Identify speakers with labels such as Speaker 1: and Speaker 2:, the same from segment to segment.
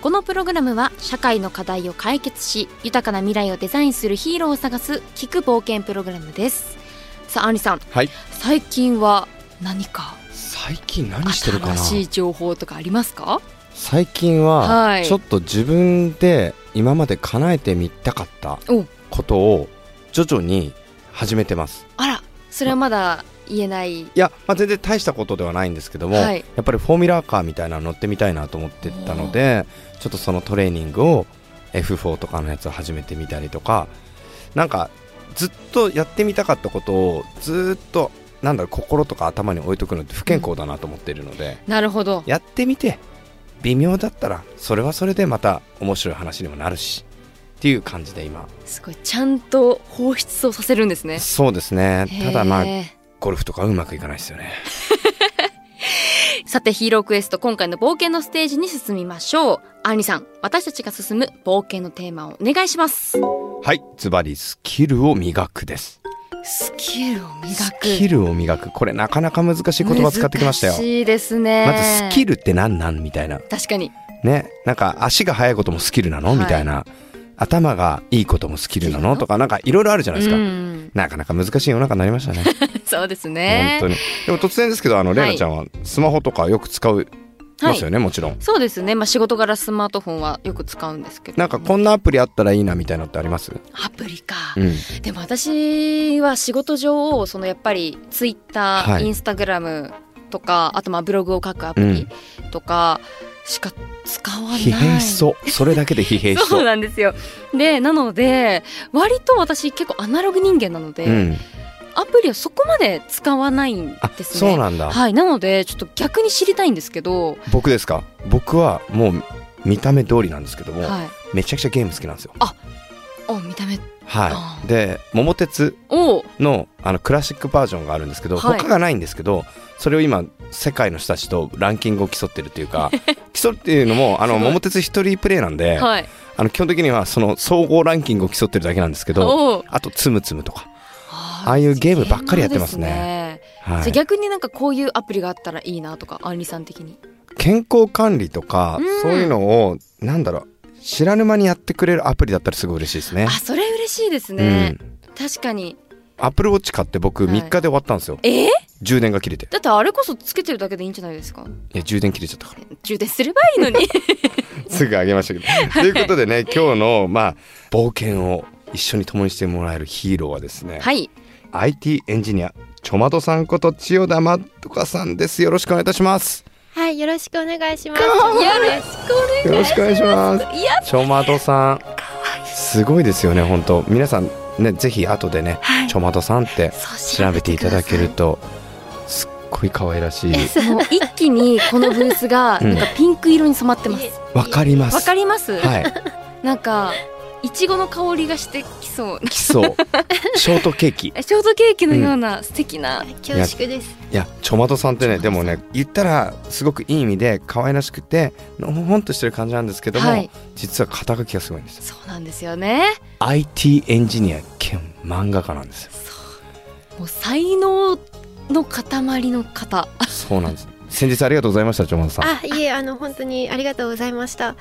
Speaker 1: このプログラムは社会の課題を解決し豊かな未来をデザインするヒーローを探す聞く冒険プログラムですさあアンリさん
Speaker 2: はい。
Speaker 1: 最近は何か
Speaker 2: 最近何してるかな
Speaker 1: 新。しい情報とかありますか
Speaker 2: 最近
Speaker 1: は
Speaker 2: はいちょっと自分で今まで叶えてみたかった
Speaker 1: お
Speaker 2: ことを徐々に始めてます。
Speaker 1: あらそれはまだ言えない
Speaker 2: いや、まあ、全然大したことではないんですけども、
Speaker 1: はい
Speaker 2: やっぱりフォーミュラーカーみたいなの乗ってみたいなと思ってたのでちょっとそのトレーニングを F4 とかのやつを始めてみたりとかなんかずっとやってみたかったことをずっとなんだろう心とか頭に置いとくのって不健康だなと思っているので、
Speaker 1: なるほど
Speaker 2: やってみて微妙だったらそれはそれでまた面白い話にもなるしっていう感じで今
Speaker 1: すごいちゃんと放出をさせるんですね
Speaker 2: そうですねただまあ
Speaker 1: へー
Speaker 2: ゴルフとかうまくいかないですよね
Speaker 1: さてヒーロークエスト今回の冒険のステージに進みましょうアンリさん私たちが進む冒険のテーマをお願いします
Speaker 2: はいズバリスキルを磨くです
Speaker 1: スキルを磨く
Speaker 2: スキルを磨くこれなかなか難しい言葉使ってきましたよ
Speaker 1: 難しいですね
Speaker 2: まずスキルって何なんみたいな
Speaker 1: 確かに
Speaker 2: ねなんか足が速いこともスキルなの、
Speaker 1: はい
Speaker 2: みたいな頭がいいこともスキルなのとかなんかいろいろあるじゃないですか、
Speaker 1: うん
Speaker 2: なかなか難しい世の中になりましたね、
Speaker 1: そうですね
Speaker 2: 本当にでも突然ですけどあのレイナちゃんはスマホとかよく使いますよね、もちろん
Speaker 1: そうですねまあ仕事柄スマートフォンはよく使うんですけど
Speaker 2: なんかこんなアプリあったらいいなみたいなのってあります、
Speaker 1: アプリか、
Speaker 2: うん、
Speaker 1: でも私は仕事上そのやっぱりツイッター、
Speaker 2: はい
Speaker 1: インスタグラムとかあとまあブログを書くアプリとかしか使わない、
Speaker 2: 疲弊しそうそれだけで疲弊し
Speaker 1: そ
Speaker 2: そうう
Speaker 1: なんですよでなので割と私結構アナログ人間なので、
Speaker 2: うん、
Speaker 1: アプリはそこまで使わないん
Speaker 2: あ
Speaker 1: ですね
Speaker 2: そうなんだ、
Speaker 1: はいなのでちょっと逆に知りたいんですけど、
Speaker 2: 僕ですか僕はもう見た目通りなんですけども、
Speaker 1: はい、
Speaker 2: めちゃくちゃゲーム好きなんですよ。
Speaker 1: お見た目
Speaker 2: は
Speaker 1: あ
Speaker 2: い、で「桃鉄
Speaker 1: お
Speaker 2: の」あのクラシックバージョンがあるんですけど、
Speaker 1: はい
Speaker 2: 他がないんですけどそれを今世界の人たちとランキングを競ってるっていう か競うっていうのも「あの
Speaker 1: すごい
Speaker 2: 桃鉄」一人プレイなんで、
Speaker 1: はい
Speaker 2: あの基本的にはその総合ランキングを競ってるだけなんですけど
Speaker 1: お
Speaker 2: あと「つむつむ」とか、
Speaker 1: あ
Speaker 2: ああいうゲームばっかりやってますね
Speaker 1: ゲームですね
Speaker 2: は
Speaker 1: じゃあ
Speaker 2: い、
Speaker 1: 逆になんかこういうアプリがあったらいいなとかあんりさん的に
Speaker 2: 健康管理とか、
Speaker 1: うん
Speaker 2: そういうのをなんだろう知らぬ間にやってくれるアプリだったらすごい嬉しいですね
Speaker 1: あ。それ嬉しいですね、確かに
Speaker 2: アップルウォッチ買って僕
Speaker 1: はい
Speaker 2: 3日で終わったんですよ、
Speaker 1: えー
Speaker 2: 充電が切れて
Speaker 1: だってあれこそつけてるだけでいいんじゃないですか
Speaker 2: いや充電切れちゃったから
Speaker 1: 充電すればいいのに
Speaker 2: すぐあげましたけど。ということでね今日の、まあ、冒険を一緒に共にしてもらえるヒーローはですね、
Speaker 1: はい
Speaker 2: IT エンジニアちょまどさんこと千代田まどかさんですよろしくお願いいたします
Speaker 3: はい、よろしくお願いします。
Speaker 1: よろしくお願い
Speaker 2: よろしくお願いします
Speaker 1: いや
Speaker 2: ちょまどさんすごいですよね本当皆さんねぜひ後でね、ちょまどさんって調べていただけるとすっごい可愛らしい
Speaker 1: もう一気にこのブースが
Speaker 2: うん
Speaker 1: なんかピンク色に染まってます。
Speaker 2: わかります
Speaker 1: わかります？
Speaker 2: はい
Speaker 1: なんかいちごの香りがしてきそう。
Speaker 2: 基礎ショートケーキ
Speaker 1: ショートケーキのような素敵な。
Speaker 3: 恐縮です。
Speaker 2: いやちょまどさんってね
Speaker 1: ち
Speaker 2: で
Speaker 1: ょ
Speaker 2: も
Speaker 1: まどさん
Speaker 2: ね言ったらすごくいい意味で可愛らしくてのほほんとしてる感じなんですけども、
Speaker 1: はい
Speaker 2: 実は肩書きがすごいんですよ
Speaker 1: そうなんですよね。
Speaker 2: IT エンジニア兼漫画家なんですよ
Speaker 1: もう才能の塊の方。
Speaker 2: そうなんです先日ありがとうございましたちょまどさん
Speaker 3: あ、いえ、あの、本当にありがとうございました。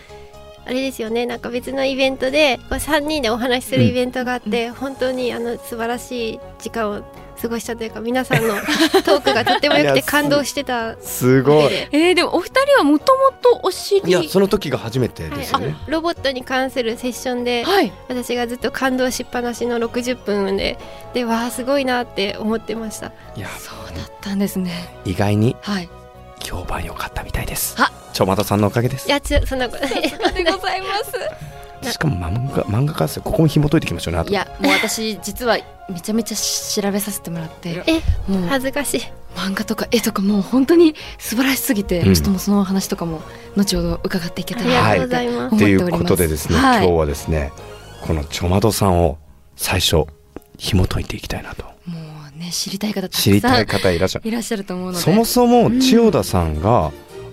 Speaker 3: あれですよね、なんか別のイベントで、こう三人でお話しするイベントがあって、本当にあの素晴らしい時間を過ごしたというか、皆さんの トークがとっても良く
Speaker 2: いや
Speaker 3: て
Speaker 2: す
Speaker 3: 感動してた。
Speaker 2: すごい
Speaker 1: えー、でもお二人はもともとお知
Speaker 2: い
Speaker 1: り
Speaker 2: やその時が初めて
Speaker 3: は
Speaker 2: で
Speaker 3: い
Speaker 2: すよ
Speaker 3: あ
Speaker 2: ね、
Speaker 3: ロボットに関するセッションで
Speaker 1: はい。
Speaker 3: 私がずっと感動しっぱなしの60分ででわあすごいなって思ってました
Speaker 2: いや
Speaker 1: そうだったんですね。
Speaker 2: 意外に
Speaker 1: はい。
Speaker 2: 評判良かったみたいです
Speaker 1: あ
Speaker 2: ちょまどさんのおかげです
Speaker 3: いやちそんなことない
Speaker 1: ありがとうございます。
Speaker 2: しかも漫画漫画家ですよここも紐解いていきましょうねあと
Speaker 1: いやもう私実はめちゃめちゃ調べさせてもらって。
Speaker 3: え
Speaker 1: もう
Speaker 3: 恥ずかしい
Speaker 1: 漫画とか絵とかもう本当に素晴らしすぎて、
Speaker 2: うん
Speaker 1: ちょっともうそのお話とかも後ほど伺っていけ
Speaker 3: あ
Speaker 1: た
Speaker 3: り
Speaker 1: ら
Speaker 3: が
Speaker 2: はい
Speaker 3: と
Speaker 2: う
Speaker 3: ございます
Speaker 1: 思
Speaker 2: と
Speaker 1: って
Speaker 2: い
Speaker 1: おります
Speaker 2: うことでですね、
Speaker 1: はい
Speaker 2: 今日はですねこのちょまどさんを最初紐解いていきたいなと
Speaker 1: もうね知りたい方たくさん
Speaker 2: 知りたい方いらっしゃる
Speaker 1: いらっしゃると思うので
Speaker 2: そもそも
Speaker 1: うん
Speaker 2: 千代田さんが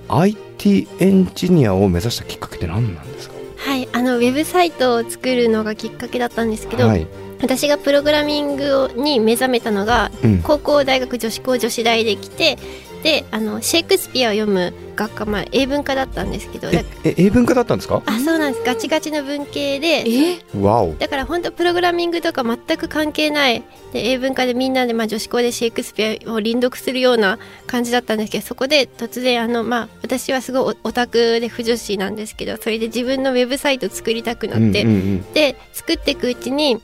Speaker 2: IT エンジニアを目指したきっかけって何なんですか、
Speaker 3: はいあのウェブサイトを作るのがきっかけだったんですけど、
Speaker 2: はい、
Speaker 3: 私がプログラミングをに目覚めたのが
Speaker 2: うん
Speaker 3: 高校大学女子校女子大で来てであのシェイクスピアを読む学科、まあ、英文科だったんですけどだ
Speaker 2: ええ英文化だったんですか
Speaker 3: あそうなんですガチガチの文系で
Speaker 1: え
Speaker 2: わお
Speaker 3: だから本当プログラミングとか全く関係ないで英文科でみんなで、まあ、女子校でシェイクスピアを輪読するような感じだったんですけどそこで突然あの、まあ、私はすごいオオタクで不女子なんですけどそれで自分のウェブサイト作りたくなって、
Speaker 2: うんうん
Speaker 3: で作っていくうちに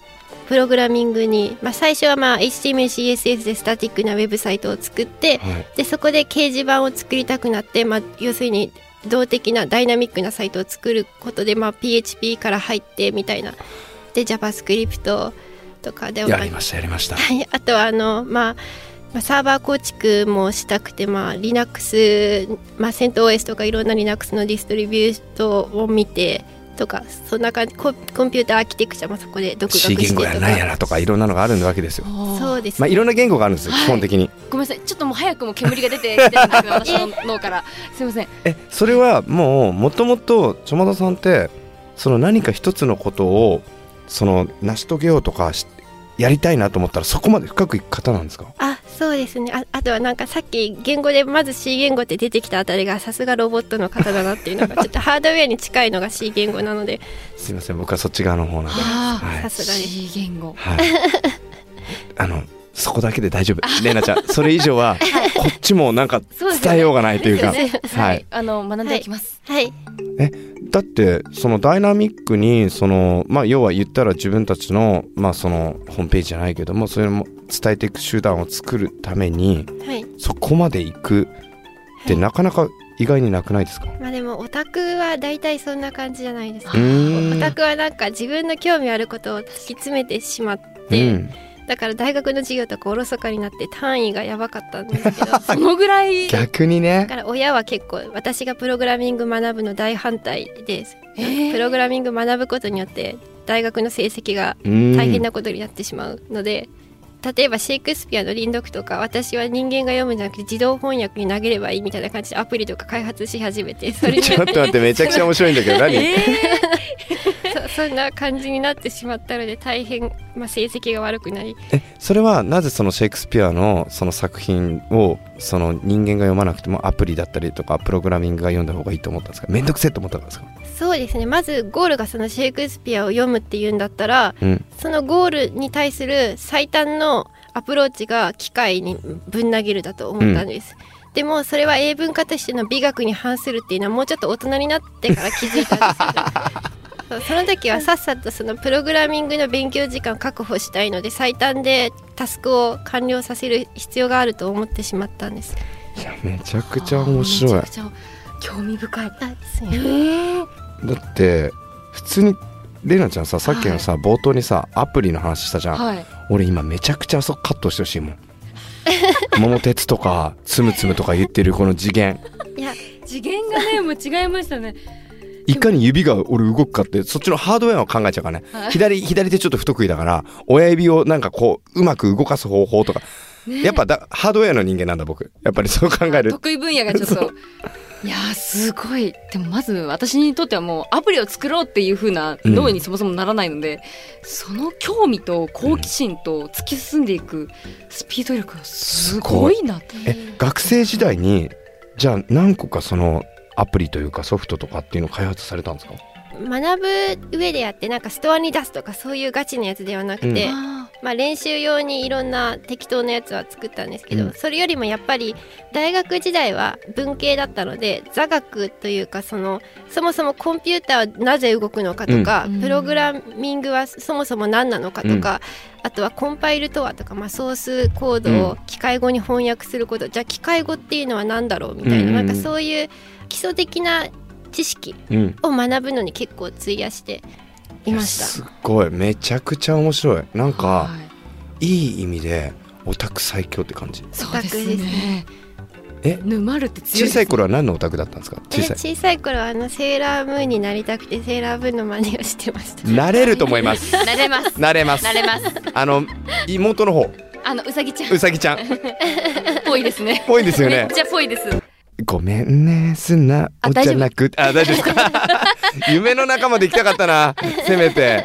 Speaker 3: プログラミングに、まあ、最初はまあ HTMLCSS でスタティックなウェブサイトを作って
Speaker 2: うんはい
Speaker 3: でそこで掲示板を作りたくなって、まあ、要するに動的なダイナミックなサイトを作ることで、まあ、PHP から入ってみたいなで JavaScript とかで
Speaker 2: やりましたやりました
Speaker 3: はい、あとはあの、まあまあ、サーバー構築もしたくて、まあ、Linux、まあ、CentOS とかいろんな Linux のディストリビュートを見てとかそんな感じココンピューターアーキテクチャもそこで独学して
Speaker 2: C 言
Speaker 3: と
Speaker 2: 語やらなんや
Speaker 3: から
Speaker 2: とかいろんなのがあるわけですよ
Speaker 1: そ
Speaker 3: そううです、
Speaker 2: まあいろんな言語があるんですよ、
Speaker 1: はい
Speaker 2: 基本的に
Speaker 1: ごめんなさいちょっともう早くも煙が出てきてるんですよ私の脳から すいません
Speaker 2: えそれはもうもともとちょまどさんってその何か一つのことをその成し遂げようとかしやりたいなと思ったらそこまで深くいく方なんですか
Speaker 3: あそうですねああとはなんかさっき言語でまず C 言語って出てきたあたりがさすがロボットの方だなっていうのがちょっとハードウェアに近いのが C 言語なのです
Speaker 2: いません僕はそっち側の方なんで、
Speaker 1: は
Speaker 2: はい
Speaker 3: さすがです
Speaker 1: C 言語
Speaker 2: はい、 あのそこだけで大丈夫レイナちゃんそれ以上はこっちもなんか
Speaker 1: そうですよね
Speaker 2: 伝えようがないというか
Speaker 1: ですよね
Speaker 2: はい
Speaker 1: はいあの学んでいきます
Speaker 3: はい
Speaker 2: だってそのダイナミックにその、まあ、要は言ったら自分たちの,、まあそのホームページじゃないけどもそれも伝えていく手段を作るために
Speaker 3: はい
Speaker 2: そこまで行くってなかなか意外になくないですか、
Speaker 3: まあでもオタクは大体そんな感じじゃないですか
Speaker 2: うーん
Speaker 3: オタクはなんか自分の興味あることを突き詰めてしまっ
Speaker 2: う
Speaker 3: て、
Speaker 2: ん、
Speaker 3: だから大学の授業とかおろそかになって単位がやばかったんですけ どだ
Speaker 1: そのぐらい
Speaker 2: 逆にね
Speaker 3: から親は結構私がプログラミング学ぶの大反対です、
Speaker 1: えー
Speaker 3: プログラミング学ぶことによって大学の成績が
Speaker 2: 大
Speaker 3: 大変なことになってしまうので、例えばシェイクスピアの輪読とか私は人間が読むんじゃなくて自動翻訳に投げればいいみたいな感じでアプリとか開発し始めてそれに
Speaker 2: ちょっと待ってめちゃくちゃ面白いんだけど何、
Speaker 3: そ そんな感じになってしまったので大変、まあ、成績が悪くなり
Speaker 2: それはなぜそのシェイクスピアのその作品をその人間が読まなくてもアプリだったりとかプログラミングが読んだ方がいいと思ったんですかめんどくせえと思ったからですか、
Speaker 3: そうですねまずゴールがそのシェイクスピアを読むっていうんだったら
Speaker 2: うん、
Speaker 3: そのゴールに対する最短のアプローチが機械にぶん投げるだと思ったんです、でもそれは英文化としての美学に反するっていうのはもうちょっと大人になってから気づいたんです けどそうその時はさっさとそのプログラミングの勉強時間を確保したいので最短でタスクを完了させる必要があると思ってしまったんです。
Speaker 2: いやめちゃくちゃ面白い
Speaker 1: めちゃくちゃ興味深い
Speaker 3: あすみません
Speaker 1: え
Speaker 2: だって普通にレイナちゃんささっきのさ、冒頭にさアプリの話したじゃん、
Speaker 1: はい
Speaker 2: 俺今めちゃくちゃあそこカットしてほしいもん 桃鉄とかつむつむとか言ってるこの次元
Speaker 3: いや
Speaker 1: 次元が ねもう違いましたね
Speaker 2: いかに指が俺動くかってそっちのハードウェアを考えちゃうからね
Speaker 1: はい
Speaker 2: 左左手ちょっと不得意だから親指をなんかこううまく動かす方法とか、やっぱだハードウェアの人間なんだ僕やっぱりそう考える
Speaker 1: 得意分野がちょっといやーすごいでもまず私にとってはもうアプリを作ろうっていう風な脳にそもそもならないので、その興味と好奇心と突き進んでいくスピード力がすごいなって
Speaker 2: え学生時代にじゃあ何個かそのアプリというかソフトとかっていうのを開発されたんですか
Speaker 3: 学ぶ上でやってなんかストアに出すとかそういうガチなやつではなくて、
Speaker 2: う
Speaker 1: あ
Speaker 3: まあ、練習用にいろんな適当なやつは作ったんですけど、
Speaker 2: うん
Speaker 3: それよりもやっぱり大学時代は文系だったので座学というかそのそもそもコンピューターはなぜ動くのかとか、
Speaker 1: うん
Speaker 3: プログラミングはそもそも何なのかとか、あとはコンパイルとはとか、まあ、ソースコードを機械語に翻訳すること、じゃあ機械語っていうのは何だろうみたいな,、
Speaker 2: うん
Speaker 3: なんかそういう基礎的な知識
Speaker 2: うん
Speaker 3: を学ぶのに結構費やしていました。
Speaker 2: すっごいめちゃくちゃ面白いなん
Speaker 1: ー
Speaker 2: か
Speaker 1: はい
Speaker 2: いい意味でオタク最強って感じ
Speaker 1: そうです
Speaker 3: オタクです
Speaker 1: ね
Speaker 2: え
Speaker 1: 沼るって
Speaker 2: 小
Speaker 1: 強いです
Speaker 2: さい頃は何のオタクだったんですか小
Speaker 3: え
Speaker 2: さい
Speaker 3: 小さい頃はあのセーラームーンになりたくてセーラームーンの真似をしてました
Speaker 2: なれると思います
Speaker 1: なれます
Speaker 2: なれます
Speaker 1: なれます
Speaker 2: あの妹の方
Speaker 1: あのうさぎちゃん
Speaker 2: う
Speaker 1: っ
Speaker 2: さぎちゃんっ
Speaker 1: ぽいですね
Speaker 2: ぽいんですよ
Speaker 1: めっ
Speaker 2: ね
Speaker 1: ちゃぽいです
Speaker 2: ごめんね素直
Speaker 1: あ
Speaker 2: じゃなくあ大丈夫です か夢の中まで行きたかったなせめて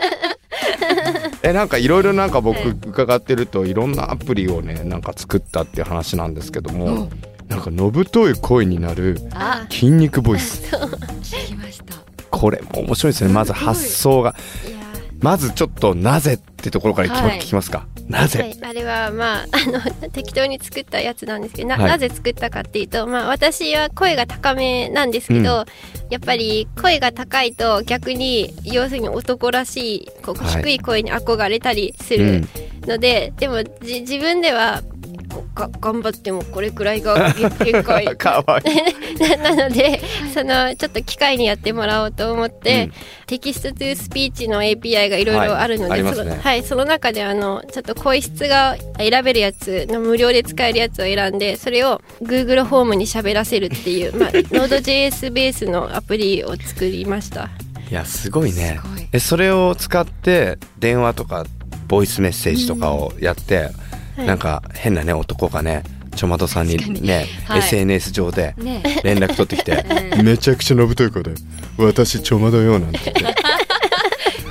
Speaker 2: えなんかいろいろなんか僕伺ってるといろんなアプリをねなんか作ったっていう話なんですけども、なんかのぶとい声になる
Speaker 1: あ
Speaker 2: 筋肉ボイス
Speaker 1: 聞きました
Speaker 2: これも面白いですねまず発想が
Speaker 3: いや
Speaker 2: まずちょっとなぜってところから聞き,、
Speaker 1: は
Speaker 2: 聞
Speaker 1: い
Speaker 2: きますかなぜ、
Speaker 3: はい、あれはまああの適当に作ったやつなんですけどな,、
Speaker 2: はい
Speaker 3: なぜ作ったかっていうと、まあ、私は声が高めなんですけど、やっぱり声が高いと逆に要するに男らしいこう
Speaker 2: はい
Speaker 3: 低い声に憧れたりす
Speaker 2: う
Speaker 3: る
Speaker 2: ん
Speaker 3: ので、でもじ自分ではこが頑張ってもこれくらいが限 界
Speaker 2: かわいい
Speaker 3: ななのでそのちょっと機会にやってもらおうと思って、
Speaker 2: うん
Speaker 3: テキストトゥースピーチの API がいろいろあるので、
Speaker 2: はいあります
Speaker 3: そ
Speaker 2: ね
Speaker 3: のはい、その中であのちょっと声質が選べるやつの無料で使えるやつを選んでそれを Google ホームに喋らせるっ ていう、まあ、Node.js ベースのアプリを作りました。
Speaker 2: いやすごいね
Speaker 1: すごい
Speaker 2: えそれを使って電話とかボイスメッセージとかをやって、
Speaker 3: はい
Speaker 2: なんか変なね男がねちょまとさんに
Speaker 1: 確かに
Speaker 2: ね
Speaker 1: はい
Speaker 2: SNS 上で
Speaker 1: ね
Speaker 2: 連絡取ってきて 「
Speaker 1: う
Speaker 2: めちゃくちゃのぶとい子で私ちょまどよ」なんて言って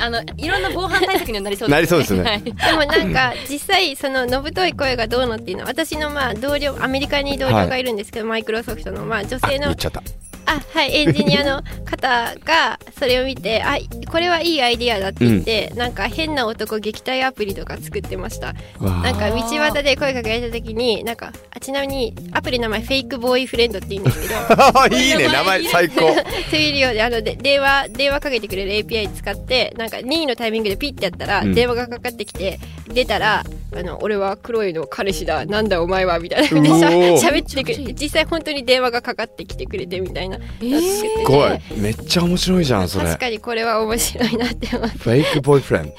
Speaker 1: あのいろんな防犯対策にはなりそうですね
Speaker 2: なりそうですね
Speaker 1: はい
Speaker 3: でもなんか実際そののぶとい声がどうのっていうのは私のまあ同僚アメリカに同僚がいるんですけど、マイクロソフトのまあ女
Speaker 2: あ
Speaker 3: 性
Speaker 2: 言
Speaker 3: の
Speaker 2: っちゃった
Speaker 3: あはいエンジニアの方がそれを 見てあこれはいいアイディアだって言って、なんか変な男撃退アプリとか作ってました
Speaker 2: わあ
Speaker 3: なんか道端で声かけられた時になんかあちなみにアプリの名前フェイクボーイフレンドって言うんですけど
Speaker 2: いいね名前最高
Speaker 3: そういうようであので電話電話かけてくれる API 使ってなんか任意のタイミングでピッてやったら、
Speaker 2: うん
Speaker 3: 電話がかかってきて出たらあの俺は黒いの彼氏だなんだお前はみたいな感じでしゃ
Speaker 2: うおー
Speaker 3: 喋ってくれ実際本当に電話がかかってきてくれてみたいな、
Speaker 1: えー
Speaker 3: す
Speaker 2: すごいめっちゃ面白いじゃんそれ
Speaker 3: 確かにこれは面白いなって思って
Speaker 2: フェイクボーイフレン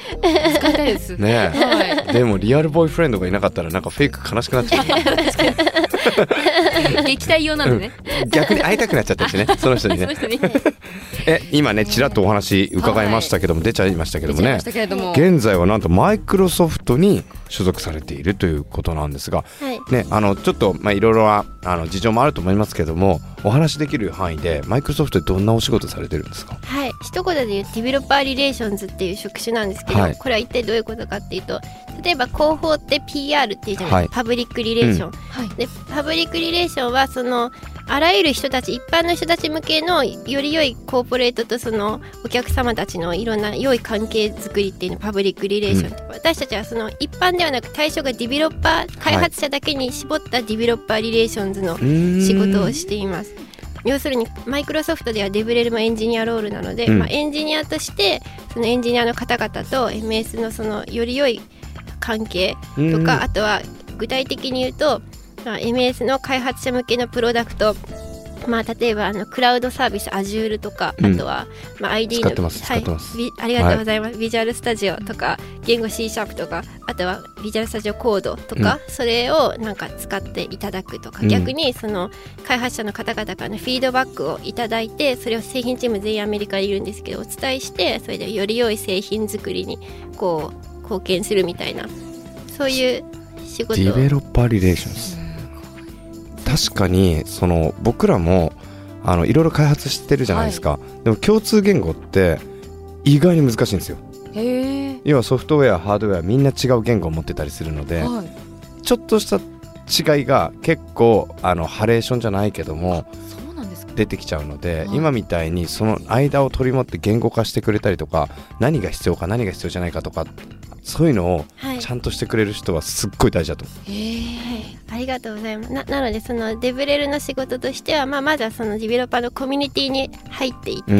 Speaker 1: 使いたいです
Speaker 2: ドねえ
Speaker 1: は
Speaker 2: でもリアルボーイフレンドがいなかったらなんかフェイク悲しくなっ ちゃう
Speaker 1: い撃退用なんでね
Speaker 2: 逆に会いたくなっちゃったしねその人に
Speaker 1: そ
Speaker 2: ね
Speaker 1: の人に
Speaker 2: え今ねちらっとお話伺いましたけども、出ちゃいましたけどもね
Speaker 1: ましたけれども
Speaker 2: 現在はなんとマイクロソフトに所属されているということなんですが、
Speaker 3: はい
Speaker 2: ね、あのちょっとまあいろいろなあの事情もあると思いますけどもお話しできる範囲でマイクロソフトでどんなお仕事されてるんですか
Speaker 3: はい一言で言うディベロッパーリレーションズっていう職種なんですけど、
Speaker 2: はい
Speaker 3: これは一体どういうことかっていうと例えば広報って PR っていうじゃないですか、
Speaker 2: はい
Speaker 3: パブリックリレーション、
Speaker 1: はい
Speaker 3: でパブリックリレーションはそのあらゆる人たち一般の人たち向けのより良いコーポレートとそのお客様たちのいろんな良い関係づくりっていうのをパブリックリレーションと、私たちはその一般ではなく対象がディベロッパー開発者だけに絞ったディベロッパーリレーションズの仕事をしています。要するにマイクロソフトではデブレルもエンジニアロールなので、
Speaker 2: うん
Speaker 3: まあ、エンジニアとしてそのエンジニアの方々と MS のそのより良い関係と
Speaker 2: うん
Speaker 3: かあとは具体的に言うと、まあ、MS の開発者向けのプロダクトまあ、例えばあのクラウドサービス Azure とか、
Speaker 2: うん
Speaker 3: あとは、まあ、ID の
Speaker 2: 使ってます
Speaker 3: は
Speaker 2: 使
Speaker 3: い、
Speaker 2: ってます
Speaker 3: ビありがとうございます、ビジュアルスタジオとか言語 C シャープとかあとはビジュアルスタジオコードとか、それをなんか使っていただくとか、
Speaker 2: うん
Speaker 3: 逆にその開発者の方々からのフィードバックをいただいてそれを製品チーム全員アメリカにいるんですけどお伝えしてそれでより良い製品作りにこう貢献するみたいなそういう仕事
Speaker 2: ディベロッパーリレーションズ確かにその僕らもあのいろいろ開発してるじゃないですか、でも共通言語って意外に難しいんですよ
Speaker 1: へえ
Speaker 2: 要はソフトウェアハードウェアみんな違う言語を持ってたりするので、
Speaker 1: はい
Speaker 2: ちょっとした違いが結構あのハレーションじゃないけども
Speaker 1: そうなんですか
Speaker 2: 出てきちゃうので、
Speaker 1: はい
Speaker 2: 今みたいにその間を取り持って言語化してくれたりとか何が必要か何が必要じゃないかとかそういうのを
Speaker 3: はい
Speaker 2: ちゃんとしてくれる人はすっごい大事だと思う、
Speaker 1: へえ
Speaker 3: ありがとうございますななのでそのデブレルの仕事としては、まあ、まずはそのディベロッパーのコミュニティに入っていって、
Speaker 2: うん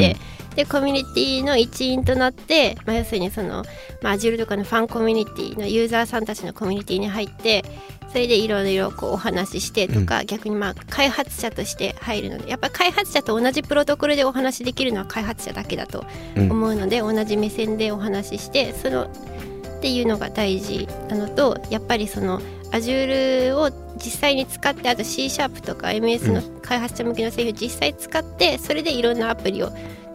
Speaker 3: でコミュニティの一員となって、まあ、要するにその、まあ、Azure とかのファンコミュニティのユーザーさんたちのコミュニティに入ってそれでいろいろこうお話ししてとか、逆にまあ開発者として入るのでやっぱ開発者と同じプロトコルでお話しできるのは開発者だけだと
Speaker 2: うん
Speaker 3: 思うので、同じ目線でお話ししてそのっていうのが大事なのとやっぱりその Azure を実際に使ってあと C シャープとか MS の開発者向けの製品を実際使ってそれでいろんなアプリを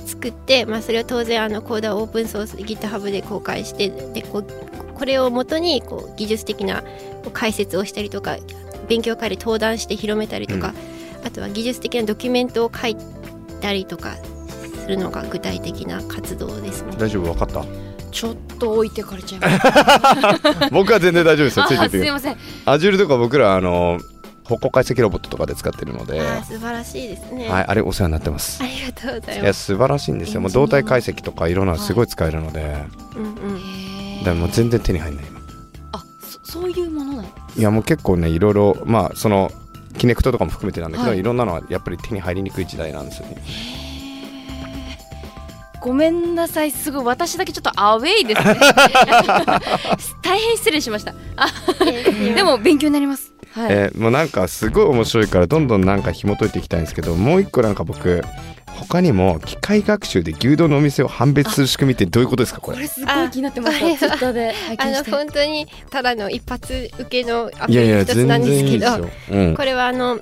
Speaker 3: 作って、まあ、それを当然あのコードはオープンソース GitHub で公開してでこうこれをもとにこう技術的なこう解説をしたりとか勉強会で登壇して広めたりとか、あとは技術的なドキュメントを書いたりとかするのが具体的な活動ですね。
Speaker 2: 大丈夫分かった
Speaker 1: ちょっと置いてかれちゃいました。
Speaker 2: 僕は全然大丈夫です よ
Speaker 1: あ
Speaker 2: ついて
Speaker 1: ー
Speaker 2: って
Speaker 1: す
Speaker 2: い
Speaker 1: い
Speaker 2: て
Speaker 1: ません。
Speaker 2: Azure とか僕らあの歩行解析ロボットとかで使ってるので、
Speaker 3: あ
Speaker 2: は
Speaker 3: ー素晴らしいですね。
Speaker 2: い、あれお世話になってます
Speaker 3: ありがとうござい
Speaker 2: い
Speaker 3: ま
Speaker 2: や
Speaker 3: す。
Speaker 2: 素晴らしいんですよもう動体解析とかいろんなのすごい使えるので、
Speaker 3: うんうん。
Speaker 2: だからもう全然手に入んない今
Speaker 1: あ、そそういうものなの。
Speaker 2: いやもう結構ねいろいろまあそのキネクトとかも含めてなんだけど、
Speaker 1: はい
Speaker 2: い、ろんなのはやっぱり手に入りにくい時代なんですよね
Speaker 1: ごめんなさい、すごい私だけちょっとアウェイですね。 大変失礼しました。でも勉強になります。はい。
Speaker 2: えーもうなんかすごい面白いからどんどんなんか紐解いていきたいんですけどもう一個なんか僕他にも機械学習で牛丼のお店を判別する仕組みってどういうことですかこ
Speaker 1: こ
Speaker 2: れ
Speaker 1: れすごい気になってました。
Speaker 3: あこれは
Speaker 1: ツイッターで拝
Speaker 3: あ
Speaker 1: 見
Speaker 3: の
Speaker 1: して。
Speaker 3: 本当にただの一発受けのアプ
Speaker 2: い
Speaker 3: リ
Speaker 2: やいや
Speaker 3: 一つ
Speaker 2: 全
Speaker 3: なん
Speaker 2: 然
Speaker 3: です
Speaker 2: い
Speaker 3: け
Speaker 2: いです
Speaker 3: ど
Speaker 2: よ、うん、
Speaker 3: これはあの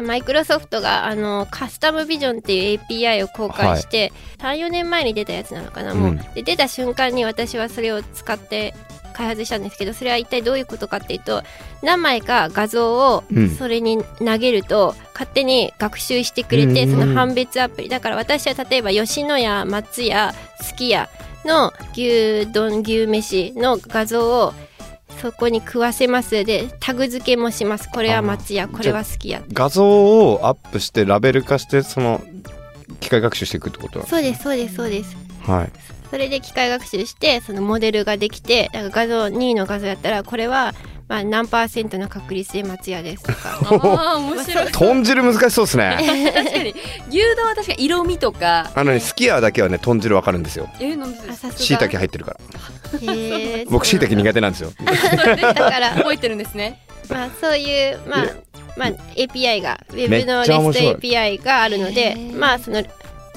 Speaker 3: マイクロソフトがあのカスタムビジョンっていう API を公開して、34年前に出たやつなのかなもう、
Speaker 2: うん
Speaker 3: で出た瞬間に私はそれを使って開発したんですけどそれは一体どういうことかっていうと何枚か画像を
Speaker 2: うん
Speaker 3: それに投げると勝手に学習してくれて、
Speaker 2: うんうんうん
Speaker 3: その判別アプリだから私は例えば吉野家松屋すき家の牛丼牛飯の画像をそこに食わせますでタグ付けもしますこれは松屋これはすき家
Speaker 2: 画像をアップしてラベル化してその機械学習していくってこと
Speaker 3: そうですそうですそうです
Speaker 2: はい
Speaker 3: それで機械学習してそのモデルができてだから画像2位の画像やったらこれはまあ何パーセントの確率で松屋です とか
Speaker 1: ああ、面 白い。
Speaker 2: 豚汁難しそうですね
Speaker 1: 確かに牛丼は確か色味とか。
Speaker 2: あのねすき家だけはね豚汁わかるんですよ
Speaker 1: えなんでですか
Speaker 3: さ
Speaker 2: しいたけ入ってるから
Speaker 3: へー
Speaker 2: 僕しいたけ苦手なんですよ
Speaker 3: だから
Speaker 1: 覚えてるんですね。
Speaker 3: まあ、そういう、まあ
Speaker 2: え
Speaker 3: まあ、API が Web
Speaker 2: めっちゃ
Speaker 3: のレスト
Speaker 2: 面白い
Speaker 3: API があるの
Speaker 1: へ
Speaker 3: で
Speaker 1: ー
Speaker 3: まあその、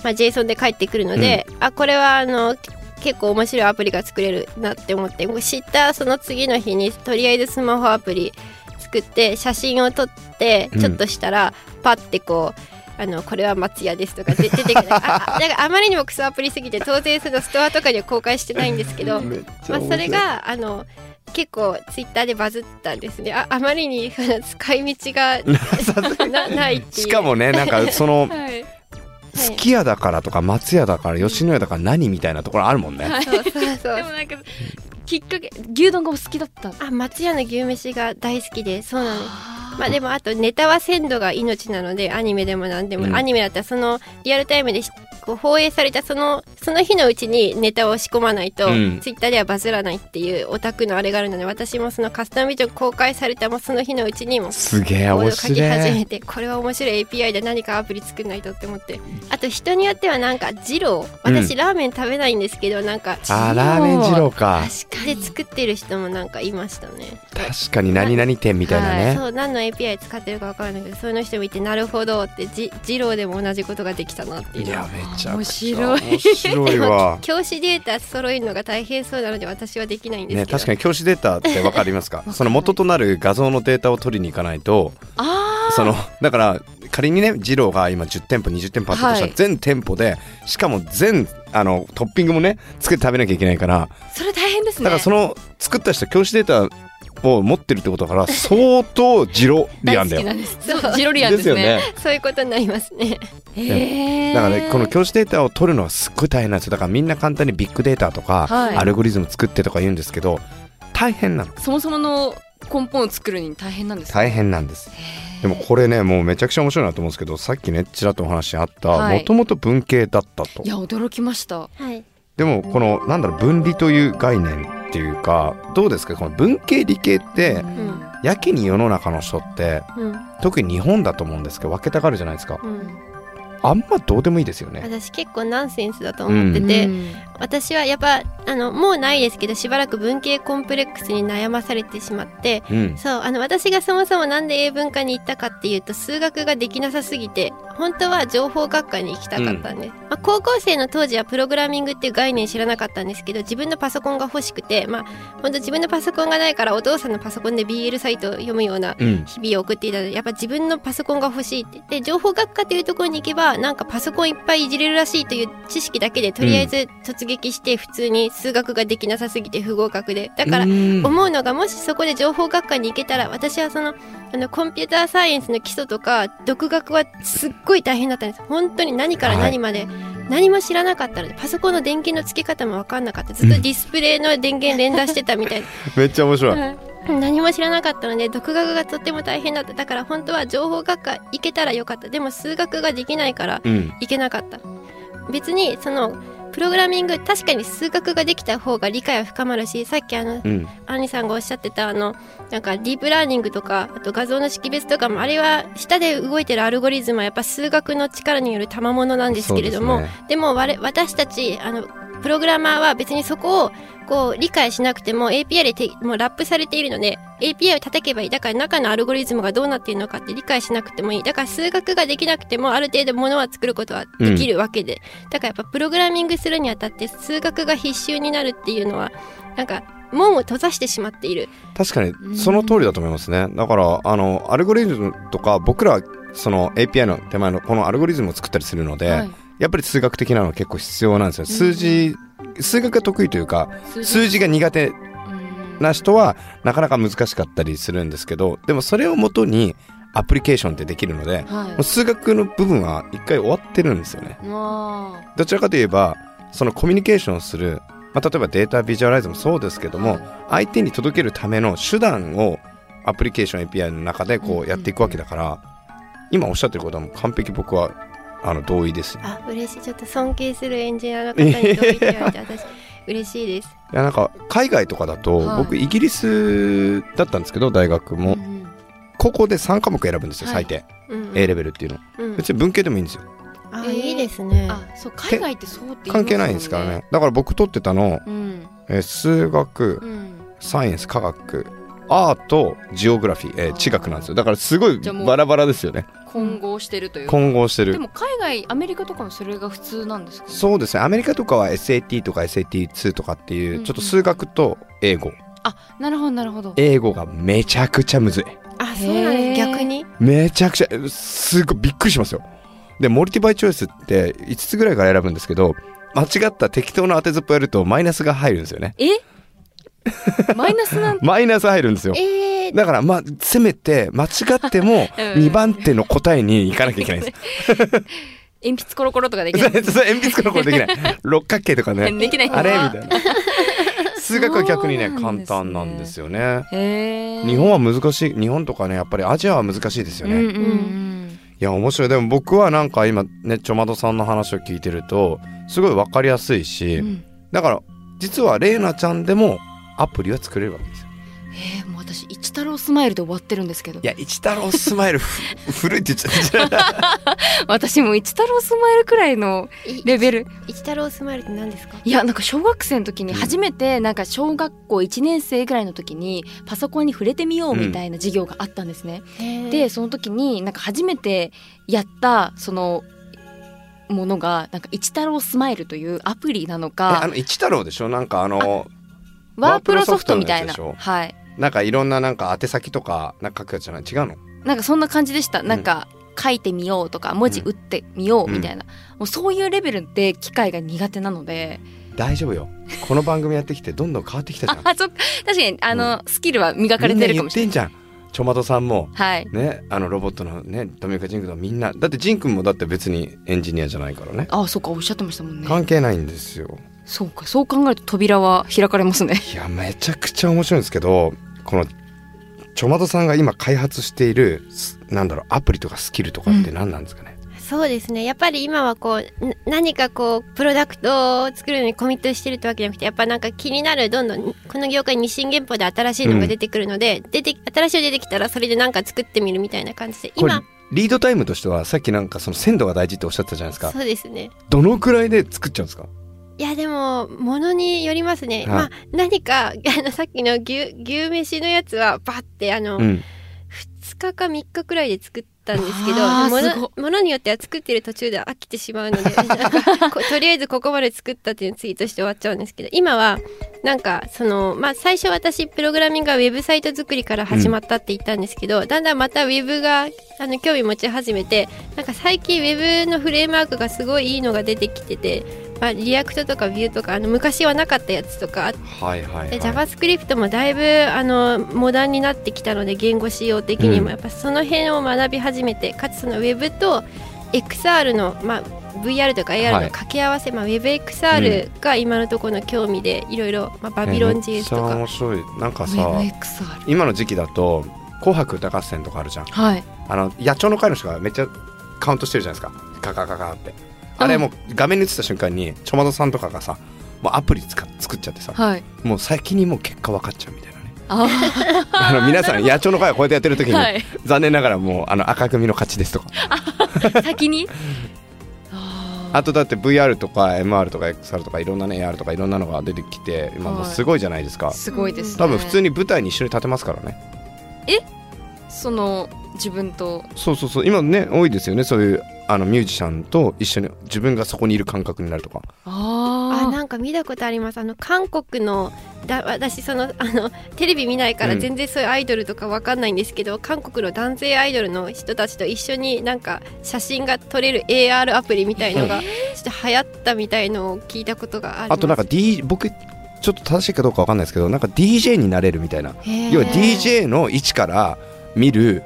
Speaker 3: まあ、JSON で返ってくるので、あこれはあの結構面白いアプリが作れるなって思って知ったその次の日にとりあえずスマホアプリ作って写真を撮って
Speaker 2: うん
Speaker 3: ちょっとしたら、パッてこう。あのこれは松屋ですとかで出てくるああだからあまりにもクソアプリすぎて当然そのストアとかには公開してないんですけど
Speaker 2: めっち
Speaker 3: ま
Speaker 2: ゃ面白い
Speaker 3: あ、それがあの結構ツイッターでバズったんですねああまりに 使い道 がなないっていう
Speaker 2: しかもねなんかその
Speaker 1: はい。
Speaker 2: すき家だからとか松屋だから吉野家だから何みたいなところあるもんね、
Speaker 3: そうそうそ
Speaker 1: でも
Speaker 3: う
Speaker 1: なんかきっかけ牛丼がお好きだった。
Speaker 3: あ松屋の牛飯が大好きでそうなんです
Speaker 1: あ
Speaker 3: まあでもあとネタは鮮度が命なのでアニメでも何でも、
Speaker 2: うん
Speaker 3: アニメだったらそのリアルタイムでしこう放映されたそのその日のうちにネタを仕込まないと、
Speaker 2: うん
Speaker 3: ツイッターではバズらないっていうオタクのあれがあるので私もそのカスタムビジョン公開されたもうその日のうちにもう
Speaker 2: すげえ
Speaker 3: コード
Speaker 2: 面
Speaker 3: を書き始
Speaker 2: 白い
Speaker 3: めてこれは面白い API で何かアプリ作んないとって思ってあと人によってはなんか二郎私ラーメン食べないんですけど、なんか
Speaker 2: あーラーメン二郎か
Speaker 3: 確かで作ってる人もなんかいましたね
Speaker 2: 確かに何々店みたいなね、
Speaker 3: そう何の API 使ってるかわからないけどそういうの人もいてなるほどってじ二郎でも同じことができたなっていう
Speaker 2: いやめちゃくちゃ
Speaker 1: 面白い
Speaker 2: 面白いわ
Speaker 3: 教師データ揃えるのが大変そうなので私はできないんです
Speaker 2: ね、
Speaker 3: けど、
Speaker 2: 確かに教師データって分かりますかその元となる画像のデータを取りに行かないと
Speaker 1: あー
Speaker 2: そのだから仮にね二郎が今10店舗20店舗あったとした
Speaker 1: は
Speaker 2: ら
Speaker 1: い
Speaker 2: 全店舗でしかも全あのトッピングもね作って食べなきゃいけないから
Speaker 1: それ大変です
Speaker 2: だ
Speaker 1: ね。
Speaker 2: からその作った人教師データを持ってるってこと だから相当ジロリアンだよ。
Speaker 1: 大好きなんです。そうジロリアンですね。
Speaker 3: そういうことになりますね
Speaker 1: へー
Speaker 2: だからねこの教師データを取るのはすっごい大変なんですよだからみんな簡単にビッグデータとか、
Speaker 1: はい
Speaker 2: アルゴリズム作ってとか言うんですけど大変なの
Speaker 1: そもそもの根本を作るに大変なんですか。
Speaker 2: 大変なんですでもこれねもうめちゃくちゃ面白いなと思うんですけどさっきねちらっとお話にあった
Speaker 1: はい
Speaker 2: もともと文系だったと
Speaker 1: いや驚きました。
Speaker 3: はい
Speaker 2: でもこのなんだろう分離という概念っていうかどうですかこの文系理系って
Speaker 3: ん
Speaker 2: やけに世の中の人って
Speaker 3: うん
Speaker 2: 特に日本だと思うんですけど分けたがるじゃないですか
Speaker 3: うん
Speaker 2: あんまどうでもいいですよね
Speaker 3: 私結構ナンセンスだと思ってて、
Speaker 1: うん
Speaker 3: 私はやっぱあのもうないですけどしばらく文系コンプレックスに悩まされてしまって
Speaker 2: うん
Speaker 3: そうあの私がそもそもなんで英文化に行ったかっていうと数学ができなさすぎて本当は情報学科に行きたかったんです、まあ、高校生の当時はプログラミングっていう概念知らなかったんですけど自分のパソコンが欲しくてまあ本当自分のパソコンがないからお父さんのパソコンで BL サイトを読むような
Speaker 2: うん
Speaker 3: 日々を送っていたのでやっぱ自分のパソコンが欲しいってで情報学科というところに行けばなんかパソコンいっぱいいじれるらしいという知識だけでとりあえず突撃して普通に数学ができなさすぎて不合格でだから
Speaker 2: うん
Speaker 3: 思うのがもしそこで情報学科に行けたら私はそのあのコンピューターサイエンスの基礎とか独学はすっごい大変だったんです本当に何から何まで、何も知らなかったのでパソコンの電源の付け方も分かんなかったずっとディスプレイの電源連打してたみたいな
Speaker 2: めっちゃ面白い、
Speaker 3: うん何も知らなかったので独学がとっても大変だっただから本当は情報学科行けたらよかったでも数学ができないから
Speaker 2: うん
Speaker 3: 行けなかった別にそのプログラミング確かに数学ができた方が理解は深まるしさっきあの
Speaker 2: うん
Speaker 3: アンリさんがおっしゃってたあのなんかディープラーニングとかあと画像の識別とかもあれは下で動いてるアルゴリズムはやっぱ数学の力による賜物なんですけれど
Speaker 2: そ
Speaker 3: も
Speaker 2: うで
Speaker 3: で,、
Speaker 2: す
Speaker 3: も我々私たちあのプログラマーは別にそこをこう理解しなくても API でてもうラップされているので API を叩けばいいだから中のアルゴリズムがどうなっているのかって理解しなくてもいいだから数学ができなくてもある程度ものは作ることはできるわけで、だからやっぱプログラミングするにあたって数学が必修になるっていうのはなんか門を閉ざしてしまっている。
Speaker 2: 確かにその通りだと思いますねだからあのアルゴリズムとか僕らその API の手前のこのアルゴリズムを作ったりするので、
Speaker 1: はい
Speaker 2: やっぱり数学的なのは結構必要なんですよ数字、数学が得意というか数字が苦手
Speaker 1: うん
Speaker 2: な人はなかなか難しかったりするんですけどでもそれをもとにアプリケーションってできるので
Speaker 1: は
Speaker 2: もう数学の部分は一回終わってるんですよね
Speaker 1: いあ
Speaker 2: どちらかといえばそのコミュニケーションをする、まあ、例えばデータビジュアライズもそうですけども相手に届けるための手段をアプリケーション API の中でこうやっていくわけだから今おっしゃってることはもう完璧僕はあの同意ですね
Speaker 3: あ、嬉しい。ちょっと尊敬するエンジニアの方に同意って言われて、私、 嬉しいです。
Speaker 2: いやなんか海外とかだと
Speaker 1: はい
Speaker 2: 僕イギリスだったんですけど大学
Speaker 1: あ
Speaker 2: もここで3科目選ぶんですよ
Speaker 1: は
Speaker 2: 最
Speaker 1: い
Speaker 2: 低
Speaker 3: うんうん、
Speaker 2: A レベルっていうの
Speaker 3: うん
Speaker 2: 別に文系でもいいんですよ
Speaker 3: あ、
Speaker 1: えー
Speaker 3: いいですね。
Speaker 1: あそう海外ってそうって言いますも
Speaker 2: 関係ないんですからねだから僕取ってたの
Speaker 1: うん
Speaker 2: えー数学
Speaker 1: うん
Speaker 2: サイエンス科学アートジオグラフィー、えー
Speaker 1: あー
Speaker 2: 地学なんですよだからすごい
Speaker 1: じゃあもう
Speaker 2: バラバラですよね
Speaker 1: 混合してるというか
Speaker 2: 混合して
Speaker 1: で
Speaker 2: る
Speaker 1: も海外アメリカとかもそれが普通なんですかね
Speaker 2: そうですねアメリカとかは SAT とか SAT2 とかって
Speaker 1: うん
Speaker 2: い
Speaker 1: うん
Speaker 2: うちょっと数学と英語
Speaker 1: あなるほどなるほど
Speaker 2: 英語がめちゃくちゃむずい
Speaker 3: あ、そうなん
Speaker 1: へー
Speaker 3: です。逆に。
Speaker 2: めちゃくちゃすごいびっくりしますよでモルティバイチョイスって5つぐらいから選ぶんですけど間違った適当な当てずっぽやるとマイナスが入るんですよね
Speaker 1: え マイナスなんて
Speaker 2: マイナス入るんですよ
Speaker 3: えー、
Speaker 2: だからまあせめて間違っても
Speaker 1: うん
Speaker 2: 2番手の答えに行かなきゃいけないんです
Speaker 1: 鉛筆コロコロとかでき
Speaker 2: そ
Speaker 1: な
Speaker 2: うそう鉛筆コロコロでき ない六角形とか
Speaker 1: い
Speaker 2: ね
Speaker 1: できない
Speaker 2: あれみたいな数学は逆にね
Speaker 1: そうなん
Speaker 2: 簡
Speaker 1: ですね
Speaker 2: 単なんですよね
Speaker 1: へえ
Speaker 2: 日本は難しい日本とかねやっぱりアジアは難しいですよね、
Speaker 1: うん
Speaker 2: い
Speaker 1: うんうん
Speaker 2: や面白いでも僕はなんか今ねちょまどさんの話を聞いてるとすごい分かりやすいし、
Speaker 1: うん
Speaker 2: だから実はレイナちゃんでもアプリは作れるわけですよ
Speaker 1: えーもう私一太郎スマイルで終わってるんですけど
Speaker 2: いや一太郎スマイルふ 古いって言っちゃった
Speaker 1: 私も一太郎スマイルくらいの
Speaker 3: い
Speaker 1: レベル
Speaker 3: 一太郎スマイルって何ですか
Speaker 1: いやなんか小学生の時に初めてなんか小学校1年生ぐらいの時にパソコンに触れてみようみたいな授業があったんですね。で、その時になんか初めてやったそのものがなんか一太郎スマイルというアプリなの
Speaker 2: えあ
Speaker 1: か
Speaker 2: の一太郎でしょなんかあの
Speaker 1: ワープロソフトみたい
Speaker 2: ワ
Speaker 1: な
Speaker 2: ープロソフトのやつで
Speaker 1: はい
Speaker 2: なんかいろんななんか宛先とかなんか書くやつじゃない違うの
Speaker 1: なんかそんな感じでした
Speaker 2: ん
Speaker 1: なんか書いてみようとか文字打ってみようみたいな、もうそういうレベルで機械が苦手なので
Speaker 2: 大丈夫よこの番組やってきてどんどん変わってき たじゃん
Speaker 1: あそっか確かにあの、スキルは磨かれてるかもしれ
Speaker 2: みんな言ってんじゃんちょまどさんも
Speaker 1: ない。はい
Speaker 2: ねあのロボットのねドミニカジンくんのみんなだってジンくんもだって別にエンジニアじゃないからね
Speaker 1: ああそうかおっしゃってましたもんね
Speaker 2: 関係ないんですよ
Speaker 1: そうかそう考えると扉は開かれます ね
Speaker 2: いやめちゃくちゃ面白いんですけどこのちょまどさんが今開発しているすなんだろうアプリとかスキルとかって何なんですかね、
Speaker 3: そうですねやっぱり今はこうな何かこうプロダクトを作るのにコミットしてるってわけじゃなくてやっぱなんか気になるどんどんこの業界日進月歩で新しいのが出てくるので、出て新しいの出てきたらそれで何か作ってみるみたいな感じで
Speaker 2: これ
Speaker 3: 今
Speaker 2: リードタイムとしてはさっきなんかその鮮度が大事っておっしゃってたじゃないですか
Speaker 3: そうですね
Speaker 2: どのくらいで作っちゃうんですか
Speaker 3: いやでもものによりますね、
Speaker 2: はい
Speaker 3: まあ何かあのさっきの牛牛飯のやつはバッてあの、
Speaker 2: うん
Speaker 3: 2日か3日くらいで作っったんですけど
Speaker 1: あー
Speaker 3: も
Speaker 1: すご
Speaker 3: のものによっては作ってる途中では飽きてしまうので なんかこうとりあえずここまで作ったっていうツイートして終わっちゃうんですけど今はなんかその、まあ、最初私プログラミングはウェブサイト作りから始まったって言ったんですけど、だんだんまたウェブがあの興味持ち始めてなんか最近ウェブのフレームワークがすごいいいのが出てきてて。まあ、リアクトとかビューとかあの昔はなかったやつとかあっ
Speaker 2: はいはい、は
Speaker 3: で
Speaker 2: い、
Speaker 3: JavaScript もだいぶあのモダンになってきたので言語仕様的に
Speaker 2: うん
Speaker 3: もやっぱその辺を学び始めてかつその Web と XR の、まあ、VR とか AR の
Speaker 2: はい
Speaker 3: 掛け合わせ、まあ、WebXR が今のところの興味でいろいろまあバビロン
Speaker 2: え
Speaker 3: JS と
Speaker 2: め
Speaker 3: か
Speaker 2: っちゃ面白いなんかさ
Speaker 1: WebXR
Speaker 2: 今の時期だと「紅白歌合戦」とかあるじゃん
Speaker 1: はい
Speaker 2: あの野鳥の会の人がめっちゃカウントしてるじゃないですかカカカカってあれもう画面に映った瞬間にちょまどさんとかがさもうアプリつか作っちゃってさ
Speaker 1: はい
Speaker 2: もう先にもう結果分かっちゃうみたいなね
Speaker 1: あー
Speaker 2: あの皆さん野鳥の会をこうやってやってる時に、
Speaker 1: はい
Speaker 2: 残念ながらもうあの赤組の勝ちですとか
Speaker 1: 先にあ
Speaker 2: あとだって VR とか MR とか XR とかいろんなね AR とかいろんなのが出てきて今もうすごいじゃないですか、
Speaker 1: ーすごいですね
Speaker 2: 多分普通に舞台に一緒に立てますからね
Speaker 1: その自分と
Speaker 2: そうそうそう今ね多いですよねそういうあのミュージシャンと一緒に自分がそこにいる感覚になるとか
Speaker 3: あ
Speaker 1: あ
Speaker 3: なんか見たことありますあの韓国のだ私そのあのテレビ見ないから
Speaker 2: うん
Speaker 3: 全然そういうアイドルとかわかんないんですけど、韓国の男性アイドルの人たちと一緒になんか写真が撮れる AR アプリみたいのがちょっと流行ったみたいのを聞いたことがあります
Speaker 2: あとなんか、D 僕ちょっと正しいかどうかわかんないですけどなんか DJ になれるみたいな
Speaker 3: へー
Speaker 2: 要は DJ の位置から見る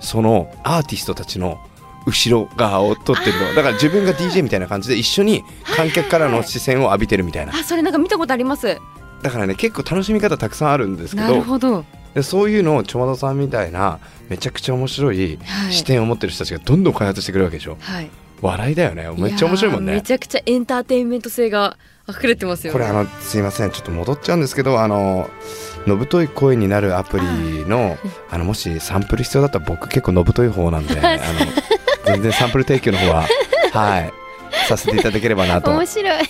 Speaker 2: そのアーティストたちの後ろ側を撮ってるのだから自分が DJ みたいな感じで一緒に観客からの視線を浴びてるみたいな
Speaker 1: あそれなんか見たことあります
Speaker 2: だからね結構楽しみ方たくさんあるんですけ
Speaker 1: なる
Speaker 2: ど
Speaker 1: ほど
Speaker 2: でそういうのをちょまどさんみたいなめちゃくちゃ面白い
Speaker 1: はい
Speaker 2: 視点を持ってる人たちがどんどん開発してくるわけでしょ
Speaker 1: はい
Speaker 2: 笑いだよねめっちゃ面白いもん
Speaker 1: やーめ
Speaker 2: ね
Speaker 1: ちゃくちゃエンターテインメント性が溢れてますよ
Speaker 2: こ
Speaker 1: ね
Speaker 2: れあのすいませんちょっと戻っちゃうんですけどあの「のぶとい声になる」アプリのあのもしサンプル必要だったら僕結構のぶとい方なんであの全然サンプル提供の方ははいさせていただければなと
Speaker 3: 面白い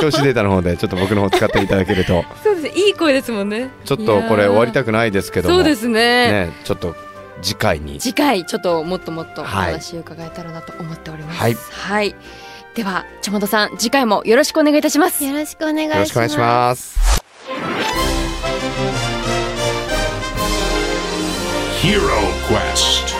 Speaker 2: 教師データの方でちょっと僕の方使っていただけると
Speaker 1: そうですねいい声ですもんね
Speaker 2: ちょっとこれ終わりた
Speaker 1: く
Speaker 2: くないですけども
Speaker 1: そうですね
Speaker 2: ねちょっと次回に
Speaker 1: 次回ちょっともっともっとお
Speaker 2: はい
Speaker 1: 話伺えたらなと思っております
Speaker 2: はい
Speaker 1: はい、ではちょもどさん次回もよろしくお願いいたします
Speaker 3: よろしくお願いします
Speaker 2: よろしくお願いします。
Speaker 4: Hero Quest.